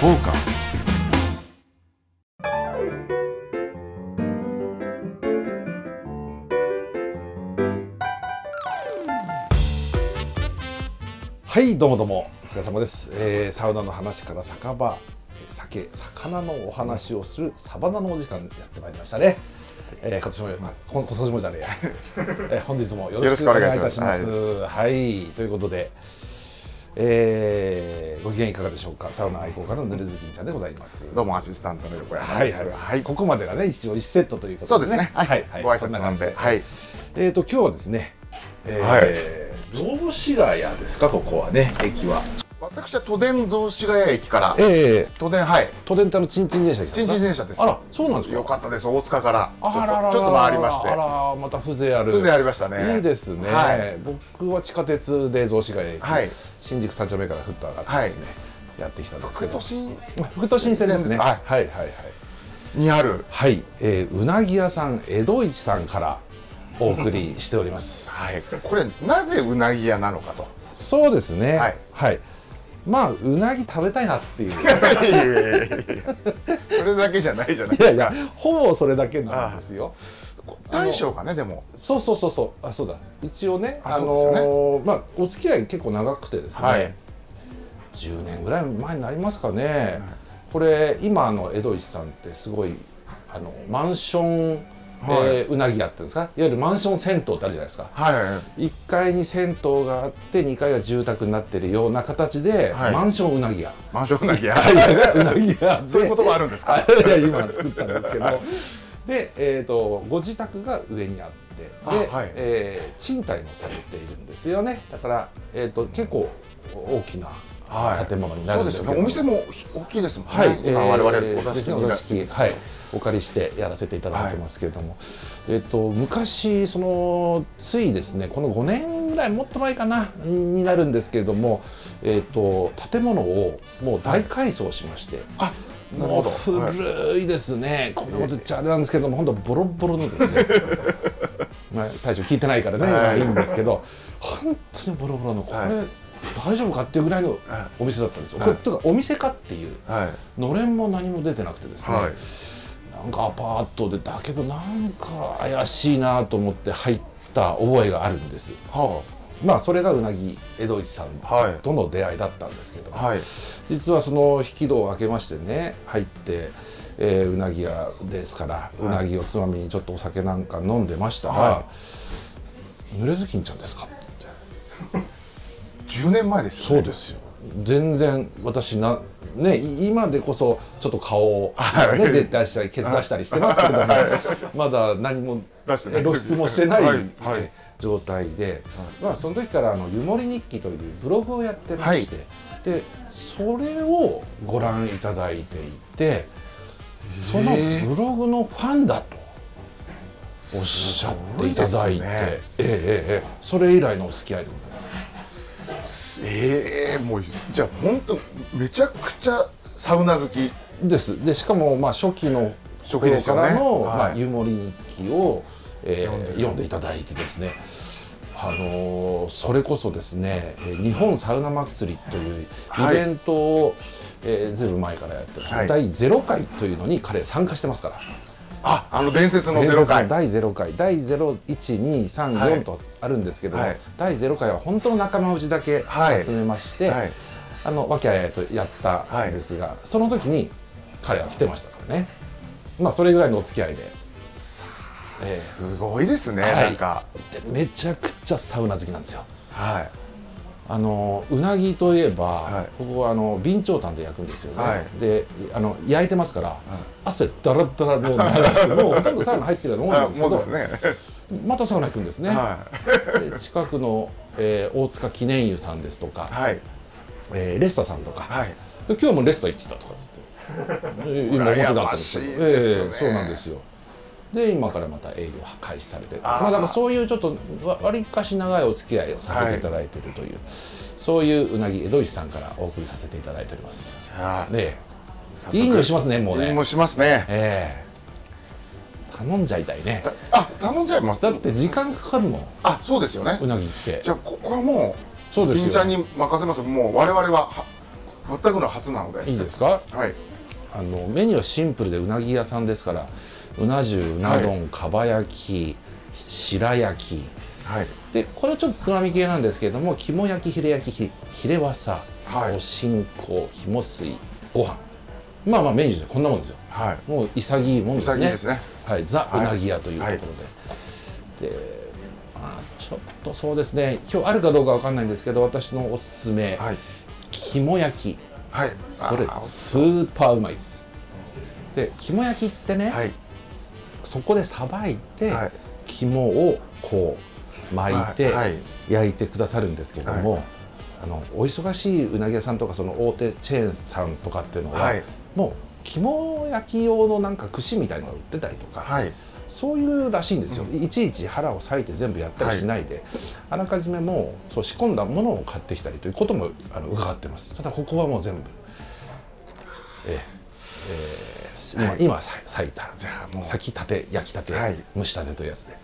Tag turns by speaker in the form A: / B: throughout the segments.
A: フォーカスはいどうもどうもお疲れ様です、えーサウナの話から酒場酒魚のお話をするサバナのお時間やってまいりましたね、えー今年も、まあ、こ今年もじゃね えやえー本日もよろしくお願いいたしますはい、ということでえーご機嫌いかがでしょうかサウナ愛好家のぬれずきんちゃんでございます
B: どうもアシスタントの横山
A: は
B: で
A: い
B: す。
A: はい、
B: はい。
A: ここまでがね一応1セットということ
B: そう
A: で
B: で
A: ね
B: すね。はい。ご挨拶なんで。
A: は
B: はいい。
A: えー、と今日はですね、えー雑司ヶ谷ですかここはね駅は
B: 私は都電雑司ヶ谷駅から
A: ええ
B: 都電はい。
A: 都電ってのチンチン電車で来たん
B: 新
A: ですか
B: 人電車です。
A: あらそうなんですか
B: よかったです。大塚から。
A: あらららら
B: ちょっと回りまして
A: あ。らまた風情ある
B: 風情ありましたね
A: いいですね、
B: はい
A: 僕は地下鉄で雑司ヶ谷駅、
B: はい
A: 新宿三丁目からふっと上がってですね、やってきたんですけど
B: 福都市
A: 福都新線ですね
B: はい
A: はいはいはい
B: にある。
A: はい、えーうなぎ屋さん江戸市さんからお送りしております
B: はい。これなぜうなぎ屋なのかと。
A: そうですねは
B: はいい、
A: まあうなぎ食べたいなっていう い
B: いやいやいやいやそれだけじゃないじゃない。
A: やいやほぼそれだけなんですよ
B: 大将がねでも。
A: そうそうそうそうあそうだ一応ねあ
B: あそう
A: の
B: です
A: ーまあお付き合い結構長くてですね、
B: はい。
A: 10年ぐらい前になりますかね、これ今の江戸市さんってすごいあのマンション、
B: はい
A: えーうなぎ屋っていうんですかいわゆるマンション銭湯ってあるじゃないですか
B: は
A: 1階に銭湯があって2階が住宅になってるような形で、
B: はい
A: マンションうなぎ屋
B: い。マンシ ョンうなぎ屋。
A: うなぎ 屋で
B: そういう言葉あるんですか。
A: あいや 今作ったんですけどで、えー、とご自宅が上にあってで、
B: あはい
A: えー賃貸もされているんですよねだから、えー、と結構大きな
B: はい
A: 建物にな
B: そ
A: る
B: う
A: で
B: んです
A: け
B: す
A: ど
B: よね。お店も大きいですもんね。
A: はい、
B: 今我々お座
A: です
B: 敷
A: ね
B: に
A: お
B: な
A: 座敷はい、お借りしてやらせていただいてますけれども、えっと昔そのついですねこの5年ぐらいもっと前かなにになるんですけれども、えっと建物をもう大改装しまして、
B: あ、なる
A: も
B: ほ
A: う
B: ど。はい
A: 古いですね、こんなこと言っちゃあれなんですけども、本当、ボロボロのです ね、まあ、大将聞いてないからね、
B: はい
A: い、いんですけど、本当にボロボロの、これ、
B: はい
A: 大丈夫かっていうぐらいのお店だったんですよ。
B: はい
A: これというか、お店かっていう、
B: はい。
A: のれんも何も出てなくてですね、
B: はい
A: なんかアパートで、だけど、なんか怪しいなと思って入った覚えがあるんです。
B: は
A: まあ、それがうなぎ江戸市さん
B: はい
A: との出会いだったんですけども、
B: あ、はい。
A: 実はその引き戸を開けましてね入って、えーうなぎ屋ですからうなぎをつまみにちょっとお酒なんか飲んでましたら「
B: は
A: 濡れずきんちゃんですか?」って言って
B: 10年前ですよ、ね。
A: そうですよ全然私なねい今でこそちょっと顔を、
B: はい
A: ね、出出したりケツ出したりしてますけどもまだ何も
B: 出してない
A: 露出もしてない、
B: はいはい
A: え状態で、まあ、その時からあの「湯守日記」というブログをやってまして、でそれをご覧いただいていてそのブログのファンだとおっしゃっていただいて
B: すごいですね
A: ええええええそれ以来のお付き合いでございます。
B: ええもうじゃあ本当めちゃくちゃサウナ好き。
A: ですでしかもまあ初期の
B: 初期ですよ
A: 頃から
B: ね
A: の、
B: はい
A: まあ、湯守日記を、えー読んでいただいてですねあのーそれこそですねえー日本サウナ祭りというイ
B: はい
A: ベントを、えーずいぶん前からやってる、
B: はい
A: 第0回というのに彼参加してますから
B: あ、あの伝説のゼ
A: 伝
B: ロ
A: 説
B: 回
A: の。第0回第
B: は
A: 01234
B: い
A: とあるんですけども、
B: はい
A: 第0回は本当の仲間内だけ
B: はい
A: 集めまして、
B: はい
A: あの和気あいあいとやったんですが、その時に彼は来てましたからねまあそれぐらいのお付き合いで
B: すごいですね。
A: はい
B: なんか
A: でめちゃくちゃサウナ好きなんですよ
B: はい。
A: あのうなぎといえば、
B: はい
A: ここはあの備長炭で焼くんですよね、
B: はい
A: であの焼いてますから、汗だらだらもう流してもうほとんどサウナ入ってるようなもんなん
B: あ
A: ですけ
B: も
A: ど
B: うですね。
A: またサウナ行くんですね、
B: は
A: で近くの、えー大塚記念湯さんですとか、
B: いはい
A: えーレスタさんとか、
B: はい。
A: で今日もレスタ行ってたとかっつってえー 今表だったんですけど
B: 羨ましいですね
A: ええそうなんですよで今からまた営業は開始されてる
B: あー
A: まあだからそういうちょっとわわりかし長いお付き合いをさせていただいてるという、そういううなぎ江戸市さんからお送りさせていただいております
B: じゃあ
A: ねえ
B: 早速
A: いい匂いしますねもう
B: いい
A: ね
B: もしますね。
A: ええ頼んじゃいたいね
B: あ、頼んじゃいます。
A: だって時間かかるもん
B: あ、そうですよね
A: う。なぎって
B: じゃあここはもう
A: そうですよ
B: 金ちゃんに任せます。もう我々はは全くの初なので
A: いいですか
B: はい
A: あのメニューはシンプルでうなぎ屋さんですからうな重うな丼かば焼き白焼き
B: はい
A: でこれはちょっとつまみ系なんですけれども肝焼きヒレ焼きひヒレワサ、
B: はい
A: おしんこひも水ご飯まあまあメニューですよこんなもんですよ
B: はい
A: もう潔いもんですね
B: 潔いですね
A: はい、ザ・う
B: い
A: なぎ屋というところで、でまあちょっとそうですね今日あるかどうかわかんないんですけど私のおすすめ、
B: はい
A: 肝焼き
B: はい
A: これ
B: あー
A: スーパーうまいですで肝焼きってね、
B: はい
A: そこでさばいて、
B: はい
A: 肝をこう巻いて、
B: はいはい
A: 焼いてくださるんですけども、あのお忙しいうなぎ屋さんとかその大手チェーンさんとかっていうのは、
B: はい
A: もう肝焼き用のなんか串みたいなの売ってたりとか、
B: はい
A: そういうらしいんですよ、いちいち腹を割いて全部やったりしないで、あらかじめもうそう仕込んだものを買ってきたりということもあの伺ってますただここはもう全部ええええ
B: はい
A: 今今さ裂いた
B: じゃあもう
A: 先立て焼きたて、
B: はい
A: 蒸したてというやつで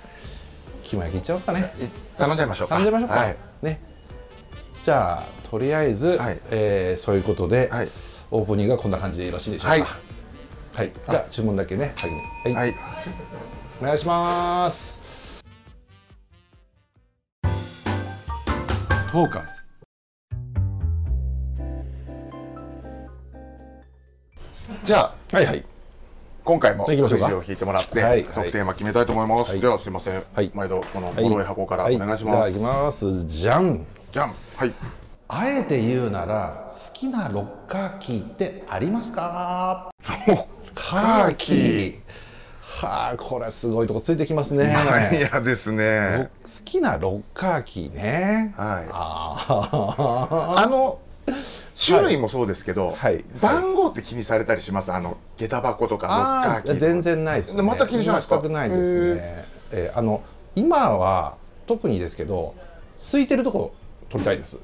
A: 肝焼きいっちゃいますかね
B: い頼んじゃいましょうか
A: 頼んじゃいましょうか、
B: はい
A: ねじゃあとりあえず、
B: はい
A: えーそういうことで、
B: はい
A: オープニングはこんな感じでよろしいでしょうか
B: は
A: はいい、じゃあ注文だけね先にはい
B: はい
A: お願いします
C: トーカーズ
B: じゃあ
A: はいはい
B: 今回も
A: じゃあ行きましょうか
B: くじを引いてもらって、
A: はい
B: 得点は決めたいと思います、ではすいません、
A: はい
B: 毎度この
A: はい
B: 脆い箱からお願いし
A: は
B: ま
A: い、
B: す、
A: じゃあ行きますじゃん
B: じゃんはい
A: あえて言うなら好きなロッカーキーってありますかカーキーはあこれすごいとこついてきますね、
B: いやですね
A: 好きなロッカーキーね、
B: はい
A: あ
B: あの種類もそうですけど、
A: はい
B: 番号って気にされたりしますあの下駄箱とかロッカ
A: あ
B: ーキー
A: ー
B: とか
A: 全然ないですね
B: また気にしないですか
A: 全くないですねえーあの今は特にですけど空いてるとこ取りたい です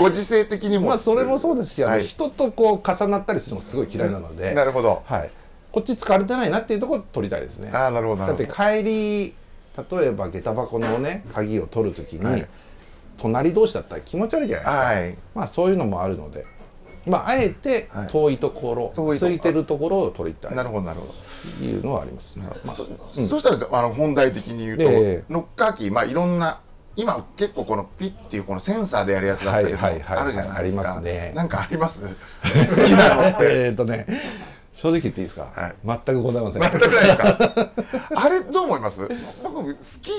B: ご時世的にも
A: まあそれもそうですし、あの
B: はい
A: 人とこう重なったりするのがすごい嫌いなので、
B: なるほど
A: はい、こっち使われてないなっていうところを取りたいですね。
B: ああなるほどな
A: だ
B: る
A: っ
B: ほど
A: て帰り例えば下駄箱のね鍵を取るときに、
B: はい
A: 隣同士だったら気持ち悪いじゃないですか、
B: はい
A: まあそういうのもあるので、まああえて
B: はい
A: 遠いところ、
B: 遠いとこ
A: 空いてるところを取りたい
B: なるほどなるほど、
A: というのはあります、ねまあ
B: そしたらあの本題的に言うと、
A: ええ
B: ロッカーキーまあいろんな今結構このピッっていうこのセンサーでやるやつだったりも
A: はいはいはい
B: あるじゃないですか、
A: ありますね
B: なんかあります 好きなのって
A: えーっとね正直言っていいですか、
B: はい
A: 全くございません
B: 全くないですか あれどう思いますなんか好き、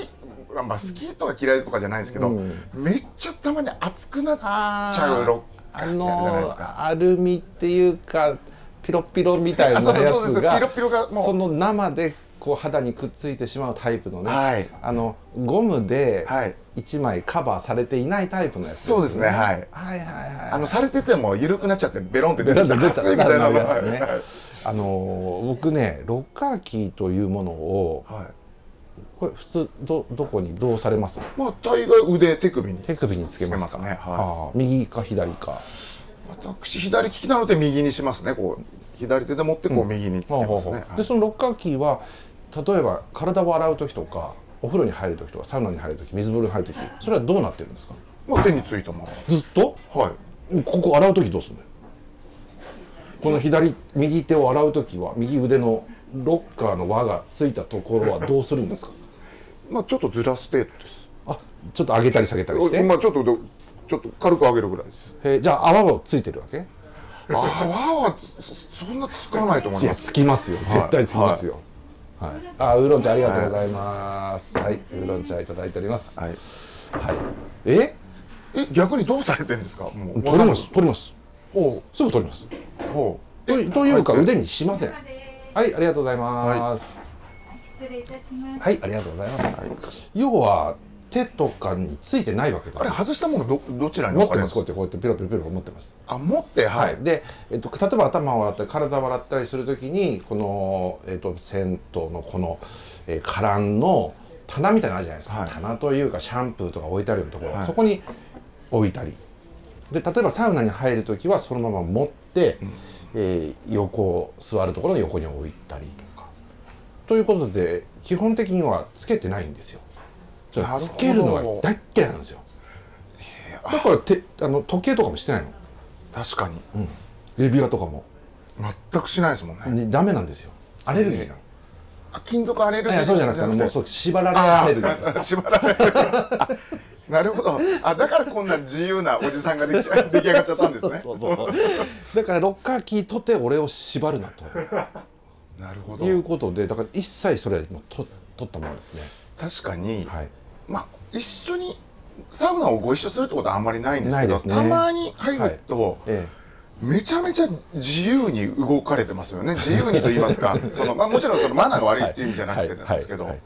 B: まあ、好きとか嫌いとかじゃないですけど、めっちゃたまに熱くなっちゃうロッ
A: あ
B: カーキーあるじゃないですか
A: のアルミっていうかピロピロみたいなやつ
B: あそうですそうです
A: が
B: ピロピロがもう
A: その生でこう肌にくっついてしまうタイプのね、
B: はい
A: あのゴムで
B: はい
A: 1枚カバーされていないタイプのやつです、
B: そうですねはい
A: はいはいはい
B: あのされてても緩くなっちゃ ってベロンって出て
A: だ
B: き
A: って
B: た
A: 出ちゃ
B: 熱いみたいなのが
A: なるやつねあの僕ねロッカーキーというものを
B: はい
A: これ普通どどこにどうされます
B: まあ大概腕手首に
A: 手首につけますか
B: つけますねはい
A: ああ右か左か
B: 私左利きなので右にしますねこう左手で持ってこう右につけ
A: ほうほう
B: ます
A: ほう
B: ね、
A: でそのロッカーキーは例えば体を洗う時とかお風呂に入る時とかサウナに入る時水風呂に入る時それはどうなってるんですか
B: まあ手についたま
A: ずっと
B: まはい
A: ここ洗う時どうするのこの左右手を洗う時は右腕のロッカーの輪がついたところはどうするんですか
B: まあちょっとずらす程度です
A: あちょっと上げたり下げたりして、
B: まあちょっとどちょっと軽く上げるぐらいです
A: えーじゃあ泡もついてるわけ
B: あ泡はそそんなつかないと思い
A: いや
B: ます
A: つきますよ絶対つきますよ、はいあウーロン茶ありがとうございますはい、ウーロン茶いただいております、
B: はい
A: はい、え
B: え逆にどうされてんですかもう
A: 取ります取ります
B: ほ
A: すぐ取ります
B: うほう
A: といというか
B: 入って
A: 腕にしませんはいありがとうございます
D: 失礼いたします。
A: はい、ありがとうございます、要は手とかについてないわけで
B: あれ
A: す
B: 外したものどどちらに
A: 持
B: 置
A: っ
B: か
A: て
B: れ
A: ますこうやってこうやってピロピロピロ持ってます
B: あ持っては
A: はいい、で、えっと、例えば頭を洗ったり体を洗ったりするときにこの、えっと、銭湯のこの、えー、カランの棚みたいなのあるじゃないですか、
B: はい
A: 棚というかシャンプーとか置いてあるようなところ、
B: はい
A: そこに置いたりで例えばサウナに入るときはそのまま持って、えー横座るところの横に置いたりとかということで基本的にはつけてないんですよ
B: なるほど
A: つけるのが大っ嫌いなんですよだからてあの時計とかもしてないの
B: 確かに、
A: 指輪とかも、
B: 全くしないですもんね、
A: にダメなんですよアレルギーなの、
B: あ金属アレルギ
A: い
B: ー
A: やそうじゃなくてあのもうそう縛られるアレルギー
B: ああ 縛られるなるほどあだからこんな自由なおじさんができちゃ 出来上がっちゃったんですね
A: そうそうだからロッカーキーとて俺を縛るな
B: なるほ
A: と
B: ど
A: いうことでだから一切それはもうと取ったものですね
B: 確かに、
A: はい
B: まあ一緒にサウナをご一緒するってことはあんまりないんですけ
A: ない
B: ど
A: ですね
B: たまに入ると、
A: え
B: めちゃめちゃ自由に動かれてますよね自由にと言いますかその、まあ、もちろんそのマナーが悪いっていう意味じゃなくてなんですけ
A: は
B: ど
A: い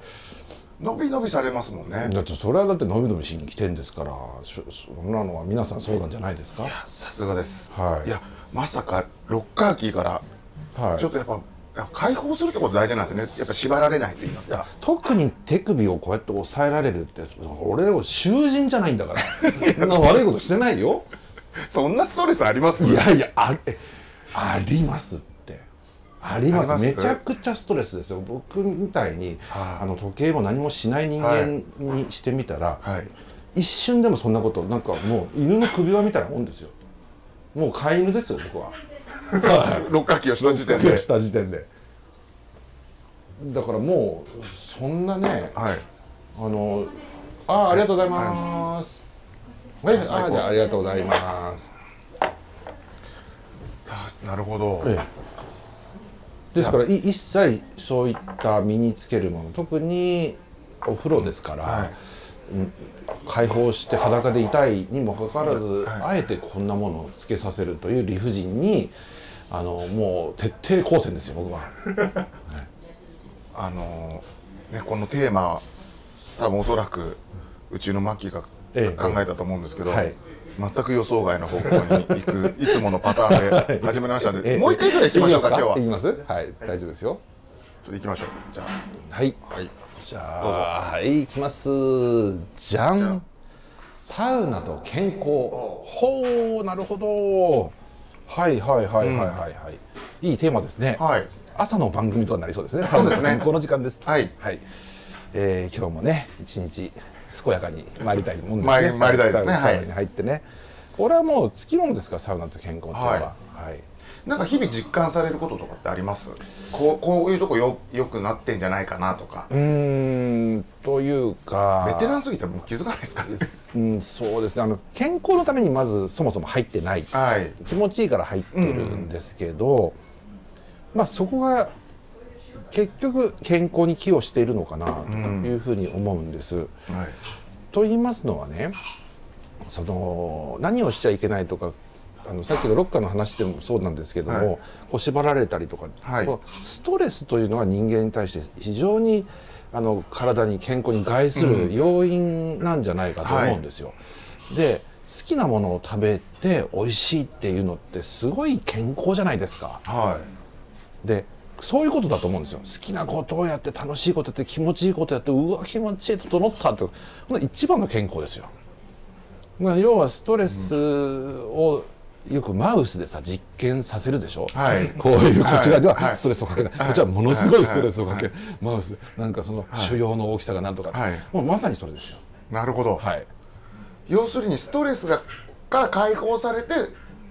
B: 伸び伸びされますもんね
A: えだってそれはだってのびのびしに来てんですからしょそんなのは皆さんそうなんじゃないですか
B: さすがです、
A: はい
B: やまさかロッカーキーから
A: はい
B: ちょっとやっぱ解放するってこと大事なんですねやっぱ縛られないと言いま すか
A: 特に手首をこうやって押さえられるって俺を囚人じゃないんだからそんな悪いことしてないよ
B: そんなストレスあります
A: いやいやあえありますってあります
B: あります
A: めちゃくちゃストレスですよ僕みたいに、
B: はい
A: あの時計も何もしない人間にしてみたら、
B: はい
A: 一瞬でもそんなことなんかもう犬の首輪みたいなもんですよもう飼い犬ですよ僕 は
B: 六角形をした時点で
A: した時点でだからもうそんなね
B: はい
A: あのあーありがとうございますはい、あーじゃあありがとうございます
B: あなるほど、
A: ええですからい一切そういった身につけるもの特にお風呂ですから、
B: はい
A: うん解放して裸でいたいにもかかわらず、あえてこんなものをつけさせるという理不尽にあのもう徹底抗戦ですよ僕は。
B: あのーねこのテーマ多分おそらくうちのマッキーが
A: ええ
B: 考えたと思うんですけど、
A: はい
B: 全く予想外の方向に行くいつものパタ ーンで始まりましたんで、
A: ええ
B: もう一回ぐらい行きましょうか今日はち
A: いき
B: ょっ
A: ますかいきますはい大丈夫ですよ。
B: と行きましょうじゃ
A: はい、
B: あはい
A: じゃあはいいきますじゃ
B: ゃん
A: んサウナと健康ほうなるほどはいはいはいはいはいはい、いいテーマですね、
B: はい
A: 朝の番組となりそうですね
B: そうで
A: サ
B: すね
A: ウナと健康の時間です
B: はい
A: はい、えー、今日もね一日健やかに参りたいもんですね
B: 参り参りたいですね
A: サウナ
B: はい
A: サウナに入ってね、これはもうつきものですからサウナと健康っていうのははい、
B: なんか日々実感されることとかってありますこうこういうとこよよくなってんじゃないかなとか
A: うーんというか
B: ベテランすぎてもう気づかないですかね
A: うん、そうですねあの健康のためにまずそもそも入ってない
B: はい
A: 気持ちいいから入ってるんですけど、まあそこが結局健康に寄与しているのかなというふうに思うんです。
B: はい
A: と言いますのはねその何をしちゃいけないとかあのさっきのロッカーの話でもそうなんですけども、
B: はい
A: こう縛られたりとか、
B: はい
A: こうストレスというのは人間に対して非常にあの体に健康に害する要因なんじゃないかと思うんですよ。で好きなものを食べて美味しいっていうのってすごい健康じゃないですか。
B: は
A: でそういうことだと思うんですよ好きなことをやって楽しいことやって気持ちいいことやってうわ気持ちいい整ったってこの一番の健康ですよまあ要はストレスをよくマウスでさ実験させるでしょ、
B: はい
A: こういうこちらで
B: はいは
A: はいストレスをかけない、こちらはものすごいストレスをかける、マウスでなんかその腫瘍の大きさがなんとか、
B: はい
A: もうまさにそれですよ
B: いなるほど、
A: はい
B: 要するにストレスがから解放されて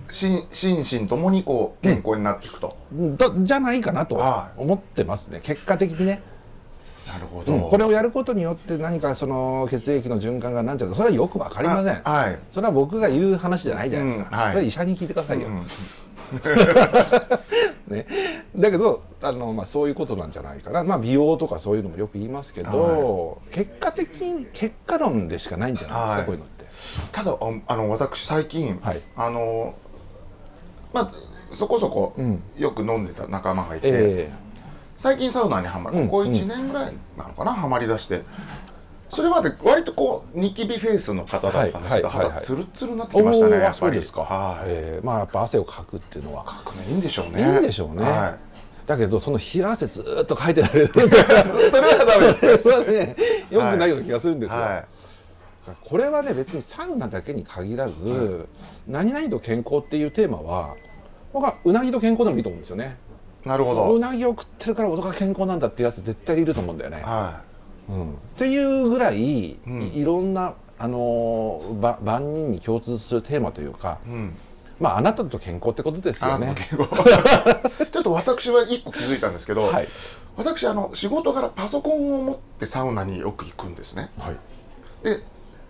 B: 心心身ともにこう健康になっていくと、
A: だじゃないかなと
B: は
A: 思ってますね結果的にね
B: なるほ
A: うんこれをやることによって何かその血液の循環がなんちゃうとそれはよくわかりません、
B: あはい
A: それは僕が言う話じゃないじゃないですか、
B: うんはい
A: それは医者に聞いてくださいよ、 ね、だけどあの、まあ、そういうことなんじゃないかな、まあ、美容とかそういうのもよく言いますけど、結果的に結果論でしかないんじゃないですか、
B: はい
A: こういうのって
B: ただああの私最近、
A: はい
B: あのまあそこそこ
A: ん
B: よく飲んでた仲間がいて、
A: え
B: 最近サウナにはまる、
A: うん
B: ここ1年ぐらいなのかな、はまりだしてそれまで割とこうニキビフェイスの方だったんですけど、
A: はいはいはいはい
B: 肌ツルツルになって
A: え
B: きましたね
A: おー
B: やっ
A: そ
B: ぱ
A: う
B: り
A: ですか、
B: はい、
A: ええまあやっぱ汗をかくっていうのは
B: えいいんでしょうね
A: いいんでしょうね、
B: は
A: だけどその冷や汗ずーっとかいてられる
B: い、 それはダメです
A: それはねよくないような気がするんですよ、
B: は
A: これはね別にサウナだけに限らず、何々と健康っていうテーマは僕はうなぎと健康でもいいと思うんですよね
B: いなるほ
A: う
B: ど
A: なぎを食ってるから男が健康なんだってやつ絶対いると思うんだよね、
B: はい
A: うんっていうぐらい、いいろんなあのーば万人に共通するテーマというか、
B: うん
A: まあ、あなたと健康ってことですよ
B: あ
A: ね
B: の。敬語 ちょっと私は一個気づいたんですけど、
A: はい
B: 私あの仕事からパソコンを持ってサウナによく行くんですね
A: はい、
B: で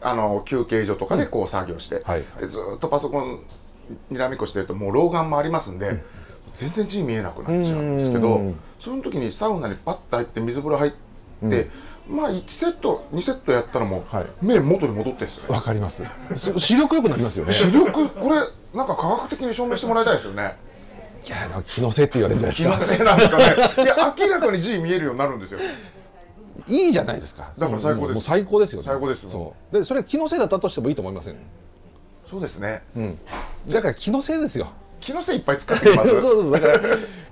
B: あの休憩所とかでこう作業して、
A: はい
B: でずーっとパソコンにらめっこしてるともう老眼もありますんで、全然字見えなくなっちゃうんですけ
A: う
B: ど
A: ん
B: その時にサウナにパッと入って水風呂入って、まあ1セット2セットやったらもう、
A: はい
B: 目元に戻ってるんですよ ね
A: わかります。す視力良くなりますよね。
B: 視力これなんか科学的に証明してもらいたいですよね
A: いや、なんか気のせいって言われるじゃない
B: 気
A: ですか
B: の。せいなんですかねいや明らかに字見えるようになるんですよ
A: いいじゃないですか。
B: だから最高です
A: もうもう最高ですよね。
B: 最高ですよ
A: そう。で、それは気のせいだったとしてもいいと思いません。
B: そうですね、
A: だから気のせいですよ。
B: 気のせいいっぱい使って きます
A: そうそうそうだから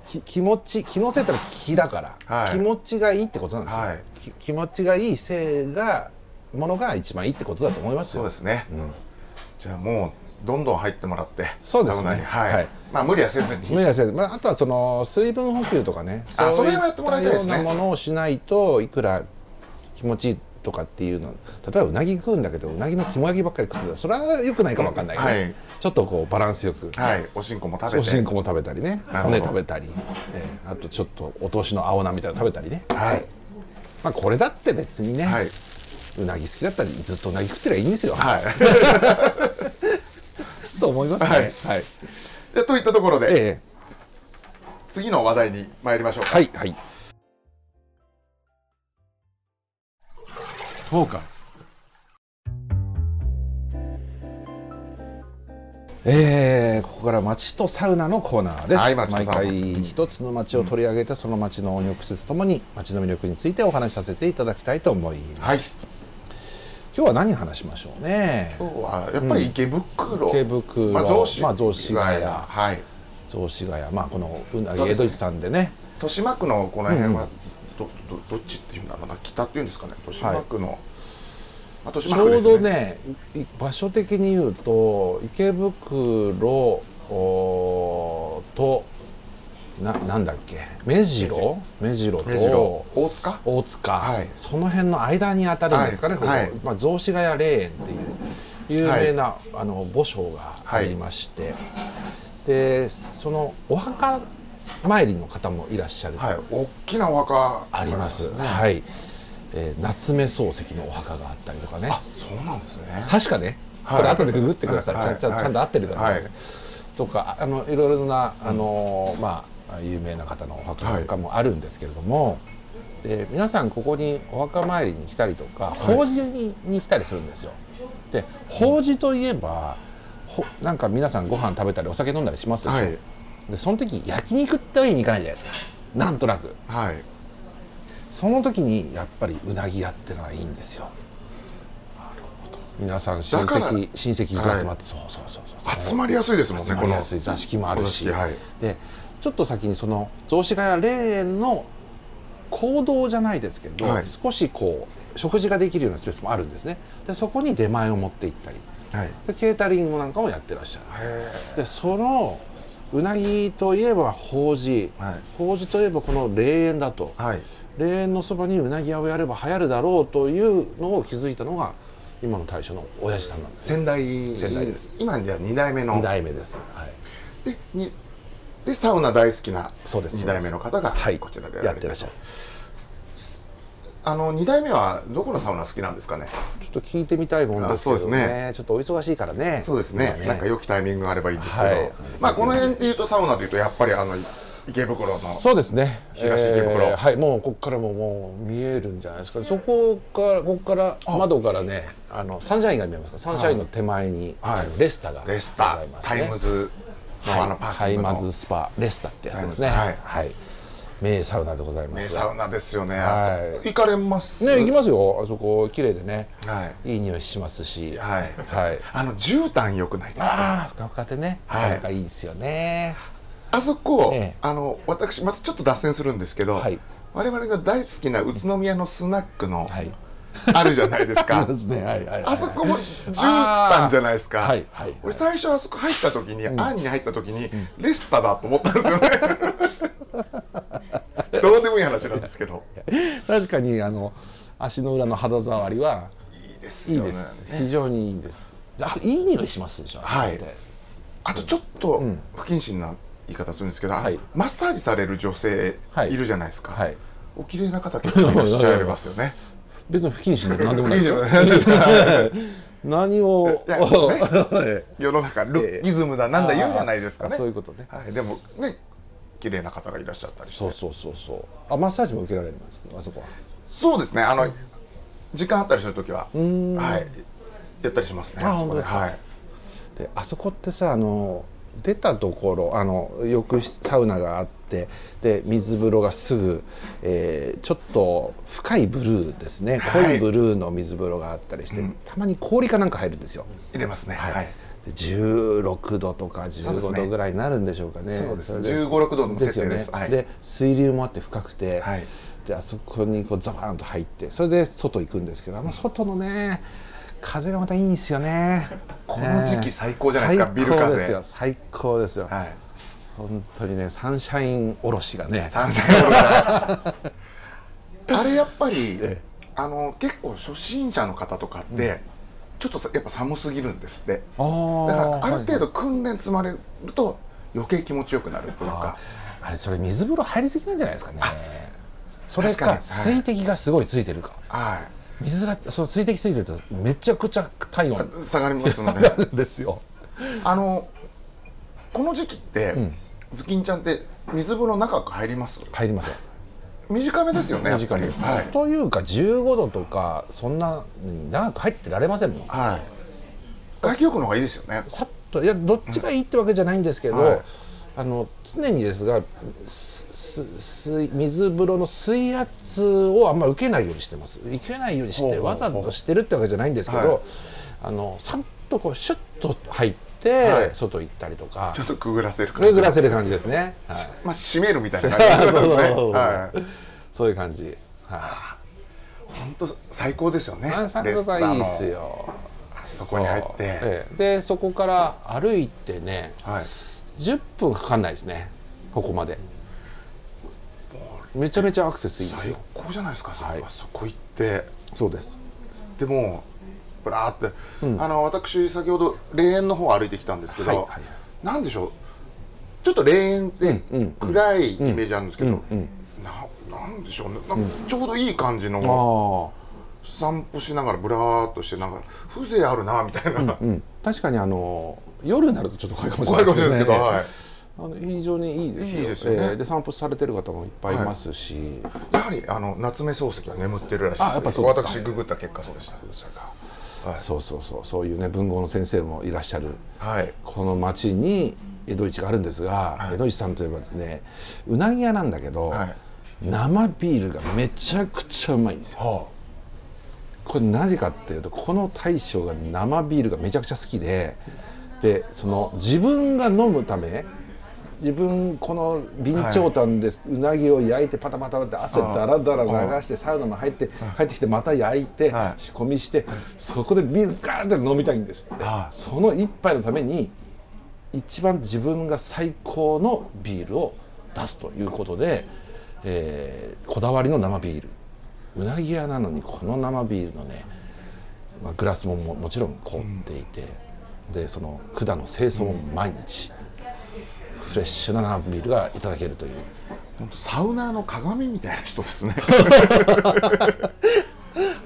A: き気持ち気のせいってのは気だから、
B: はい
A: 気持ちがいいってことなんですよ、
B: はい
A: き気持ちがいいせいがものが一番いいってことだと思います
B: そう
A: よ
B: ですね、じゃあもうどんどん入ってもらって
A: そうですね
B: サウナにはい、
A: はい
B: まあ無理はせず
A: 無
B: に
A: 理なせいでまあ、あとはその水分補給とかね
B: あそれは
A: は
B: やってもらいたいですね
A: ようなものをしないといくら気持ちいいとかっていうの例えばうなぎ食うんだけどうなぎの肝焼きばっかり食ってたらそれは良くないかもわかんないけど、
B: うんはい
A: ちょっとこうバランスよく、
B: はいおしんこも食べ
A: お
B: て
A: しんこも食べたりね
B: なるほど
A: 骨食べたり、ええあとちょっとお通しの青菜みたいなの食べたりね
B: はい
A: まあこれだって別にね、
B: はいう
A: なぎ好きだったらずっとうなぎ食ってりゃいいんですよ、
B: はい
A: と思いますね
B: は
A: はいい、
B: でといったところで、
A: ええ
B: 次の話題に参りましょう
A: はいはいフォーカスえー、ここから町とサウナのコーナーです、
B: はい町とサ
A: 毎
B: ウナ
A: 回一つの町を取り上げてその町の抑施設ともに町の魅力についてお話しさせていただきたいと思います、今日は何話しましょうね
B: 今日はやっぱり池袋、
A: 池袋
B: まあ、雑司、
A: まあ雑司ヶ谷
B: はい
A: 雑司ヶ谷まあこのうな
B: そう
A: ぎ
B: で
A: 江
B: すね
A: 戸市さんでね
B: 豊島区のこの辺は、どどどっちっていうんだろうな北っていうんですかね豊島区の、まあ、豊
A: ち
B: 島
A: ょ
B: 区で
A: う
B: すね
A: どねい場所的に言うと池袋おーとななんだっけ目白目白
B: 目白
A: と
B: 大塚
A: 大塚、
B: はい
A: その辺の間に当たるんですかね、
B: はい
A: ここ
B: はい
A: まあ、雑司ヶ谷霊園っていう有名な、あの墓所がありまして、でそのお墓参りの方もいらっしゃる、
B: はい大きなお墓
A: あります、
B: ね
A: はい、えー夏目漱石のお墓があったりとかね
B: そうなんですね
A: 確かね、
B: はい
A: これ後でググってください、
B: はい
A: ちゃんちゃん
B: はい
A: ちゃんと合ってるからね、
B: はい
A: とかあのいろいろなあの、まあ、有名な方のお墓なんかもあるんですけれども、で皆さんここにお墓参りに来たりとか法事に,、来たりするんですよ。で法事といえば、ほなんか皆さんご飯食べたりお酒飲んだりしますでしょ、
B: はい
A: でその時焼肉ってわけにいかないじゃないですかなんとなく。
B: はい
A: その時にやっぱりうなぎ屋ってのはいいんですよ皆さん親
B: だから
A: 戚親戚一同集まって、そうそうそうそう
B: 集まりやすいですもんね
A: 集まりやすい座敷もあるし、
B: 座敷はい
A: でちょっと先にその雑司ヶ谷霊園の行動じゃないですけど、
B: はい
A: 少しこう食事ができるようなスペースもあるんですねでそこに出前を持って行ったり
B: はい
A: でケータリングなんかもやってらっしゃるでそのうなぎといえば法事、
B: はい
A: 法事といえばこの霊園だと、
B: はい
A: 霊園のそばにうなぎ屋をやれば流行るだろうというのを気づいたのが今の大将の親父さんなんです
B: 仙台
A: 仙台です
B: 今じゃ2代目の
A: 2代目です、はい、
B: でにでサウナ大好きな
A: そうです
B: 2代目の方が
A: はい
B: こちらで
A: やってらっしゃる
B: あの2代目はどこのサウナ好きなんですかね
A: ちょっと聞いてみたいもんですけ
B: あそ
A: ど
B: う
A: ね
B: です
A: ちょっとお忙しいからね
B: そうですねなんか良きタイミングがあればいいんですけど、
A: はい
B: まあこの辺でいうとサウナでいうとやっぱりあの池袋の
A: そうですね
B: 東池袋
A: えーはいもうここからももう見えるんじゃないですかそこからここから窓からねあのサンシャインが見えますかサンシャインの手前に、
B: はい
A: あのレスタが
B: レスタ、
A: ございます
B: タ
A: ね
B: イムズのあのパー
A: は
B: キ
A: い、
B: ング
A: タイマ
B: の
A: ズスパレスタってやつですね
B: はい
A: はい、名サウナでございますが
B: ねサウナですよね、
A: はい
B: あそ行かれます
A: ね行きますよあそこ綺麗でね、、
B: はい
A: い匂いしますし
B: はい
A: はい
B: あの絨毯よくないですか
A: ああふかふかでね、
B: はい
A: なんかいいですよね
B: あそこ、
A: ええ
B: あの私またちょっと脱線するんですけど、
A: はい
B: 我々の大好きな宇都宮のスナックの、
A: はい
B: あるじゃないで すか
A: すねはいはい
B: あそこも絨
A: あ
B: 毯
A: ー
B: じゃないですか、
A: はいはい
B: 俺最初あそこ入った時に、あんに入った時にレスタだと思ったんですよ ねどうでもいい話なんですけど
A: 確かにあの足の裏の肌触りは
B: です
A: いい
B: よね
A: です、非常にいいんですであといい匂いしますでしょ
B: はい
A: で
B: あとちょっと不謹慎な言い方するんですけど、あの
A: はい
B: マッサージされる女性
A: はい
B: いるじゃないですか、
A: はい
B: お綺麗な方結構いらっしゃいます よね
A: 別に不謹慎でも何でもないですよ
B: 不謹慎でも
A: 何を
B: いや
A: え
B: 世の中ルッキズムだなんだ言うじゃないですかね
A: あそういうことね
B: はい、でもね綺麗な方がいらっしゃったりして
A: そうそうそうそうあマッサージも受けられるんですねあそこは
B: そうですねあの時間あったりするときははいやったりしますね
A: あ
B: そこ
A: 本当ですか
B: はい
A: であそこってさあの出たところあの浴室サウナがあってで水風呂がすぐ、えーちょっと深いブルーですね、
B: はい
A: 濃いブルーの水風呂があったりして、たまに氷かなんか入るんですよ。
B: 入れますねはい、
A: で16度とか
B: そうです
A: 15
B: ね
A: 度ぐらいになるんでしょうかね。
B: そうです
A: れ
B: ね1 5 6度の
A: です
B: 設
A: よ
B: 定
A: ね。
B: ですはい
A: で水流もあって深くて、
B: はい
A: であそこにこうザバーンと入ってそれで外行くんですけどあの外のね風がまたいいんですよね。
B: この時期最高じゃないですか
A: ね
B: ビル風
A: 最高ですよ最高ですよ、
B: はい
A: 本当にねサンシャインおろしがね
B: サンシャインボールがあれやっぱり、 あの結構初心者の方とかって、ちょっとさやっぱ寒すぎるんですって
A: あー
B: だからある程度訓練積まれると余計気持ちよくなるというか
A: あれそれ水風呂入りすぎなんじゃないですかねそれ
B: 確
A: か
B: かに
A: 水滴がすごいついてるか
B: はい
A: 水がその水滴ついてるとめちゃくちゃ体温
B: 下がりますので
A: ですよ
B: あのこの時期って、ズキンちゃんって水風呂長く入ります
A: 入りますよ
B: 短めですよねやっぱ
A: 短い
B: り
A: です、
B: はい、
A: というか15度とかそんなに長く入ってられませんもん
B: はい、外気浴の方がいいですよね
A: さっといやどっちがいいってわけじゃないんですけど、
B: うんはい
A: あの常にですがすす水水風呂の水圧をあんま受けないようにしてます受けないようにしてわざとしてるってわけじゃないんですけど、
B: はい
A: あのさっとこうシュッと入って、
B: はい
A: 外行ったりとか
B: ちょっとくぐらせる感じ
A: ぐらせる感じですね、はい、
B: まあ、締めるみたいな感じで す
A: そうそう
B: ね。
A: そう
B: はい。
A: そういう感じ、は
B: 本当最高ですよね。
A: い、あ散
B: レ
A: 歩
B: スタ
A: が
B: の
A: いいです。よ
B: そこに入って、
A: ええでそこから歩いてね
B: はい。
A: 10分かかんないですねここまでめちゃめちゃアクセスいいです
B: 最
A: よ
B: 高じゃないですか。そこ,、
A: はい
B: そこ行って、
A: そうです
B: でもブラーって、あの私先ほど霊園の方を歩いてきたんですけど、
A: はいはい
B: なんでしょう。ちょっと霊園って
A: うんうん
B: 暗いイメージあるんですけど、
A: うん
B: ななんでしょうね。なんかちょうどいい感じの。
A: あ
B: 散歩しながらブラーっとしてなんか風情あるなみたいな、
A: あ、うん、確かにあの夜になるとちょっと怖いかもしれ
B: 怖
A: ない
B: いかもしれないですけど、
A: ね
B: はい、
A: あの非常にいいですよ
B: いいですよね
A: ええで散歩されてる方もいっぱいいますし、
B: やはりあの夏目漱石は眠ってるらしい
A: あやっぱそうですか
B: 私ググった結果そうでしたはい
A: そうそうそうそういうね文豪の先生もいらっしゃる
B: はい
A: この町に江戸市があるんですが、江戸市さんといえばですねうなぎ屋なんだけど、
B: はい
A: 生ビールがめちゃくちゃうまいんですよ
B: は
A: これなぜかっていうとこの大将が生ビールがめちゃくちゃ好きででその自分が飲むため自分この備長炭でうなぎを焼いてパタパタって汗だらだら流してサウナも入って帰ってきてまた焼いて
B: はい
A: 仕込みしてそこでビールガーって飲みたいんですって
B: はい
A: その一杯のために一番自分が最高のビールを出すということで、えーこだわりの生ビールうなぎ屋なのにこの生ビールのね、まあ、グラスもももちろん凍っていて、でその管の清掃も毎日、フレッシュな生ビールがいただけるという
B: 本当サウナーの鏡みたいな人で すね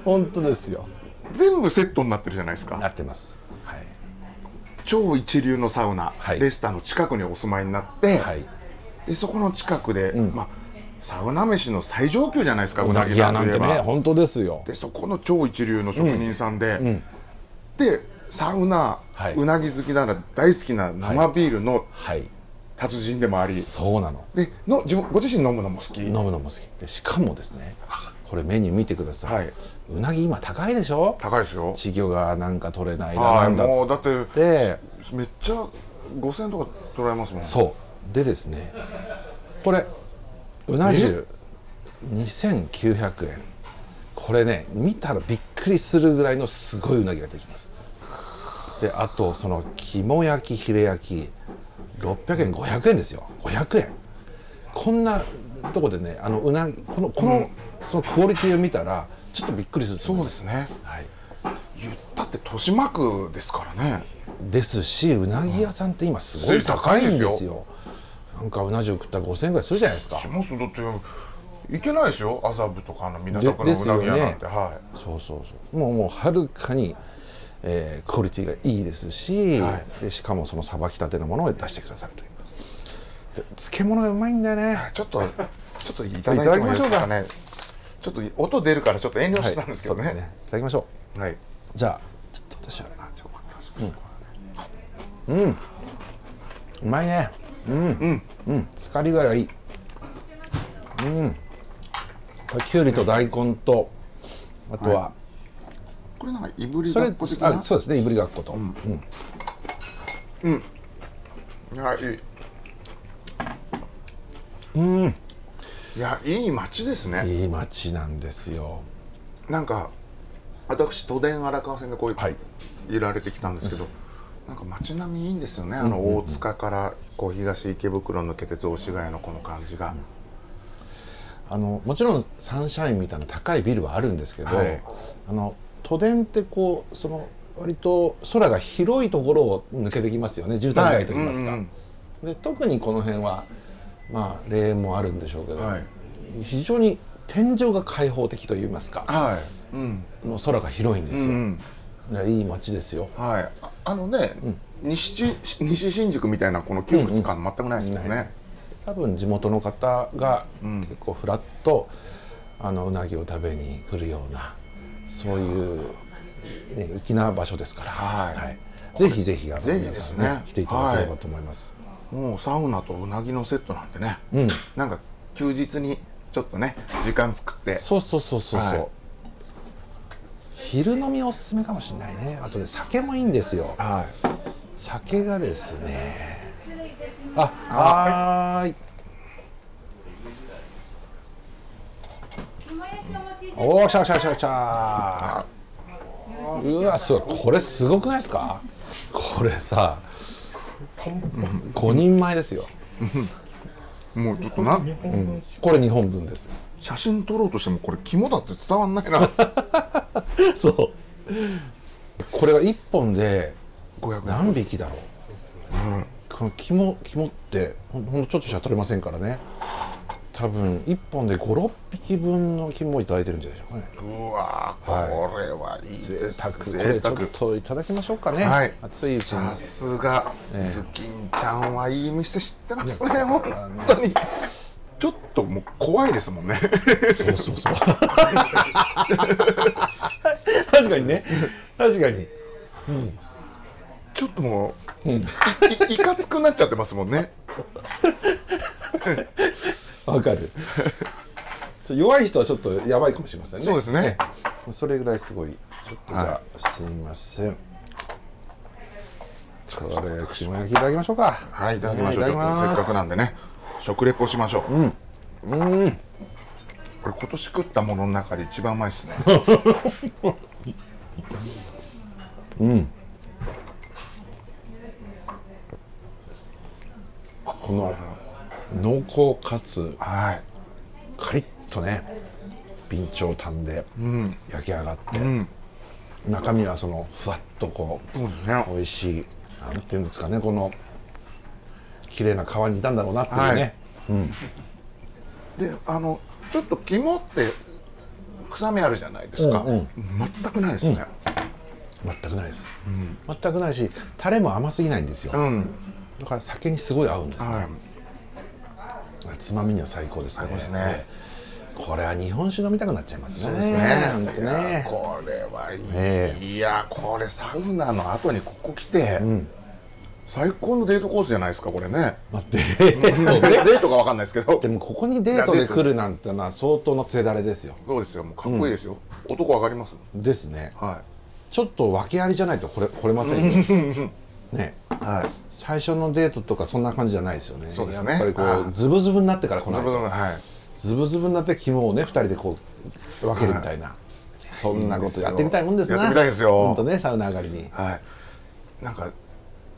A: 本当ですよ
B: 全部セットになってるじゃないです
A: な
B: か
A: ってますはい、
B: 超一流のサウナ、
A: はい
B: レスタの近くにお住まいになって、
A: はい、
B: でそこの近くで、まあ、サウナ飯の最上級じゃないですかうなぎ
A: 屋な
B: 屋なんん
A: て
B: てね
A: ね本当ですよ
B: でそこの超一流の職人さんで、でサウナ、
A: はいう
B: なぎ好きなら大好きな生ビールの
A: はい
B: 達人でもあり、
A: そうなの
B: での自分ご自身飲むのも好き
A: 飲むのも好きでしかもですねこれメニュー見てください、
B: はいう
A: なぎ今高いでしょ
B: 高いですよ
A: 稚魚がなんか取れないな
B: は
A: ないんだっ
B: もう
A: つ
B: だって
A: って
B: めっちゃ5000円とか取られますもん
A: そうでですねこれうな重2900円これね見たらびっくりするぐらいのすごいうなぎができますであとその肝焼きヒレ焼き600円500円ですよ500円こんなとこでねあのうなぎこのこの、そのクオリティを見たらちょっとびっくりすると
B: そ
A: 思
B: う
A: いま
B: ですね
A: はい、
B: って豊島区ですからね
A: ですしうなぎ屋さんって今すご
B: うん
A: い高いん
B: 高い
A: で
B: です
A: すよなんかうな重食ったら5000円ぐらいするじゃないですか
B: しますだって行けないですよ麻布とかの港
A: で
B: 区の
A: で
B: う
A: す
B: な
A: よ
B: ぎ
A: ね
B: 屋なんて、は
A: そうそうそうもうもうはるかに、えークオリティがいいですし、でしかもそのさばきたてのものを出してくださるというで漬物がうまいんだよね
B: いちょっとちょっといただいてもいいですかねちょっと音出るからちょっと遠慮してたんですけど
A: はいそう
B: ね,、
A: いただきましょ
B: はい、
A: うじゃあちょっと私は
B: あじゃあ確かに
A: うまいねうんうんうんつかり具合がいいうんこれきゅうりと大根とあとは、
B: これなんかいぶり
A: そ
B: が
A: れ
B: っこ的
A: あ
B: な
A: そうですねいぶりがっこと、うん
B: はいうんいやいい街ですね
A: いい町なんですよ
B: なんか私都電荒川線でこういう、
A: はい
B: いられてきたんですけど、なんか街並みいいんですよねあの大塚からこう東池袋抜けて雑司ヶ谷のこの感じが、
A: あのもちろんサンシャインみたいな高いビルはあるんですけど、
B: はい
A: あの都電ってこうその割と空が広いところを抜けてきますよね住宅街といいますか、
B: はいうん
A: で特にこの辺はまあ例もあるんでしょうけど、
B: はい
A: 非常に天井が開放的といいますか
B: はい、うん
A: の空が広いんですよ、
B: ん
A: いやいい街ですよ
B: はいああのね、西西新宿みたいなこの窮屈感全くないですよね、
A: 多分地元の方が結構フラッと、あのうなぎを食べに来るようなそういう、ね、粋な場所ですから、
B: はい
A: ぜひぜひあの
B: ぜひ
A: 皆
B: で
A: さ
B: す
A: ん
B: ね
A: ね来ていただければと思います、
B: もうサウナとうなぎのセットなんてね、なんか休日にちょっとね時間作って
A: そうそうそうそうそう、
B: はい
A: 昼飲みおすすめかもしれないねあとね酒もいいんですよ
B: はい
A: 酒がですねあはーい
D: もやきお持ちいたします
A: おーしゃしゃしゃしゃうわすごいこれすごくないですかこれさ5人前ですよ
B: もうちょっとな、
A: これ日本分です
B: 写真撮ろうとしてもこれ肝だって伝わんないな
A: そうこれが1本で
B: 500円
A: 何匹だろう、この肝肝ってほんほんのちょっとしか取れませんからね多分1本で56匹分の肝をいただいてるんじゃないでしょうかね
B: うわー
A: は
B: これはいいです
A: 贅沢こ
B: 贅
A: れちょっ
B: 沢
A: といただきましょうかね、
B: はい
A: 熱いうちに
B: さすが、ズキンちゃんはいい店知ってますね本当にちょっともう怖いですもんね
A: そうそう そう。確かにね。確かに。
B: ちょっともう、い いいかつくなっちゃってますもんね
A: わかる。ちょ弱い人はちょっとやばいかもしれませんね。
B: そうですね
A: ねそれぐらいすごい。ちょっとじゃあ、
B: は
A: すいません。これ、串も焼きいただきましょうか。
B: はいいただきましょう、
A: はいいただき
B: ちょっとせ
A: ま
B: っ
A: す
B: かくなんでね食レポしましょううん、うん、これ今年食ったものの中で一番うまいっ すね
A: この濃厚かつ
B: はい
A: カリッとね、備長炭で焼き上がって、中身はそのふわっとこう。
B: そうですね
A: 美味しいなんていうんですかねこの綺麗な皮にいたんだろうなっていうね、
B: であのちょっと肝って臭みあるじゃないですか、全くないですね、
A: 全くないです、全くないしタレも甘すぎないんですよ、
B: うん
A: だから酒にすごい合うんです、
B: はい
A: つまみには最高ですね
B: 高ですね
A: これは日本酒飲みたくなっちゃいますね
B: そうです
A: なんて
B: ね。いや
A: ね
B: これはいい、
A: え
B: いやこれサウナの後にここ来て、最高のデートコースじゃないですかこれ ね。
A: 待って
B: デデートがわかんないですけど。
A: でもここにデートで来るなんてのは相当の手だれですよ
B: そうですよもうかっこいいですよ。男わかります。
A: ですね
B: は
A: ちょっと訳ありじゃないとこれこれませんよね
B: いはい。
A: 最初のデートとかそんな感じじゃないですよね
B: そうですね
A: やっぱりこ
B: あ
A: う
B: ー
A: ズブズブになってから来な
B: そ
A: い
B: れこ
A: と
B: そはい。
A: ズブズブになって肝をね二人でこう分けるみたいな、そんなことやってみたいもんですな
B: やってみたいですよ
A: 本当ねサウナ上がりに
B: はい。なんか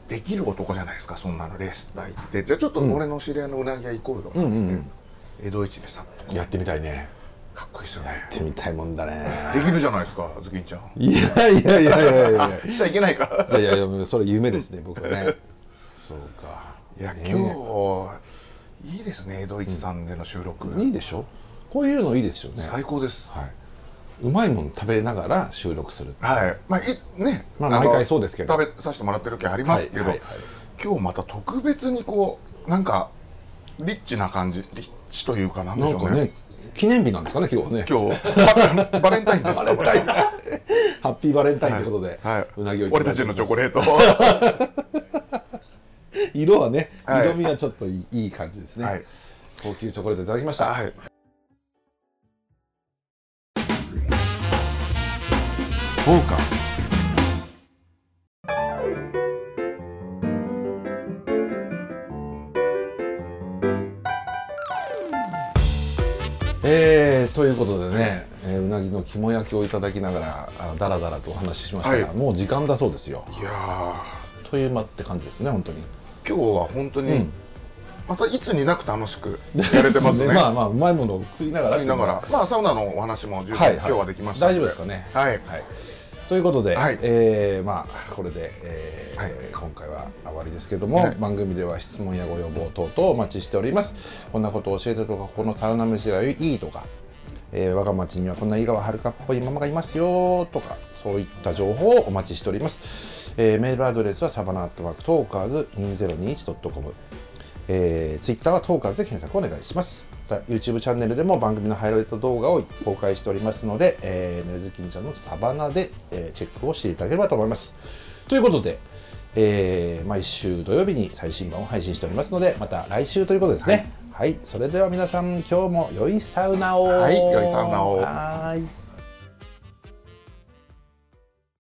B: できる男じゃないですかそんなのレース大行ってじゃあちょっと俺の知り合いのうなぎ屋行こうよなんつって、江戸市でさっとこ
A: やってみたいね
B: うかっこいいですよね
A: ってみたいもんだね
B: できるじゃないですかズキンちゃん
A: いやいやいやいやいやいや
B: しちゃいけないか
A: いやいやいやもうそれ夢ですね僕はねそうか
B: いや今日いいですね江戸一さんでの収録、
A: いいでしょこういうのいいですよね
B: 最高ですはいう
A: まいもん食べながら収録する
B: はいまあいね、
A: まあ
B: の
A: 毎回そうですけど
B: 食べさせてもらってる件ありますけど、
A: はいはいはい
B: 今日また特別にこうなんかリッチな感じリッチというかなんで
A: な
B: し
A: ん
B: ょう
A: か
B: ね
A: ね記念日なんですかね今日ね
B: 今日バレンタインですバレンタイン
A: ハッピーバレンタインということで、
B: はいう
A: なぎをいだい
B: 俺
A: て
B: たちのチョコレート
A: 色はね、
B: はい
A: 色味はちょっといいいい感じですね、
B: はい
A: 高級チョコレートいただきました、
B: はい
E: フォーカス
A: えーということでね、えーうなぎの肝焼きをいただきながらあのだらだらとお話ししましたが、
B: はい
A: もう時間だそうですよ
B: いやー
A: あっという間って感じですね本当に
B: 今日は本当に、
A: うん
B: またいつになく楽しくや れてますね。
A: まあまあうまいものを食いながら
B: ありながら、まあサウナのお話も十分、
A: はいはい
B: 今日はできましたの
A: 大丈夫ですかね
B: はい。
A: はい、ということで、
B: はい
A: えーまあ、これで、えー
B: はい
A: 今回は終わりですけども、
B: はい
A: 番組では質問やご要望等々お待ちしておりますこんなことを教えてとかここのサウナ飯がいいとか、えー我が町にはこんな井川遥っぽいママがいますよとかそういった情報をお待ちしております、えーメールアドレスはサバナアットワークトーカーズ 2021.com えー、Twitter はトーカーズで検索お願いします。また YouTube チャンネルでも番組のハイライト動画を公開しておりますので、えー、ぬれずきんちゃんのサバナで、えーチェックをしていただければと思います。ということで、えー毎週土曜日に最新版を配信しておりますので、また来週ということですね。はい、それでは皆さん、今日も良いサウナを。
B: はい良いサウナを
A: はーい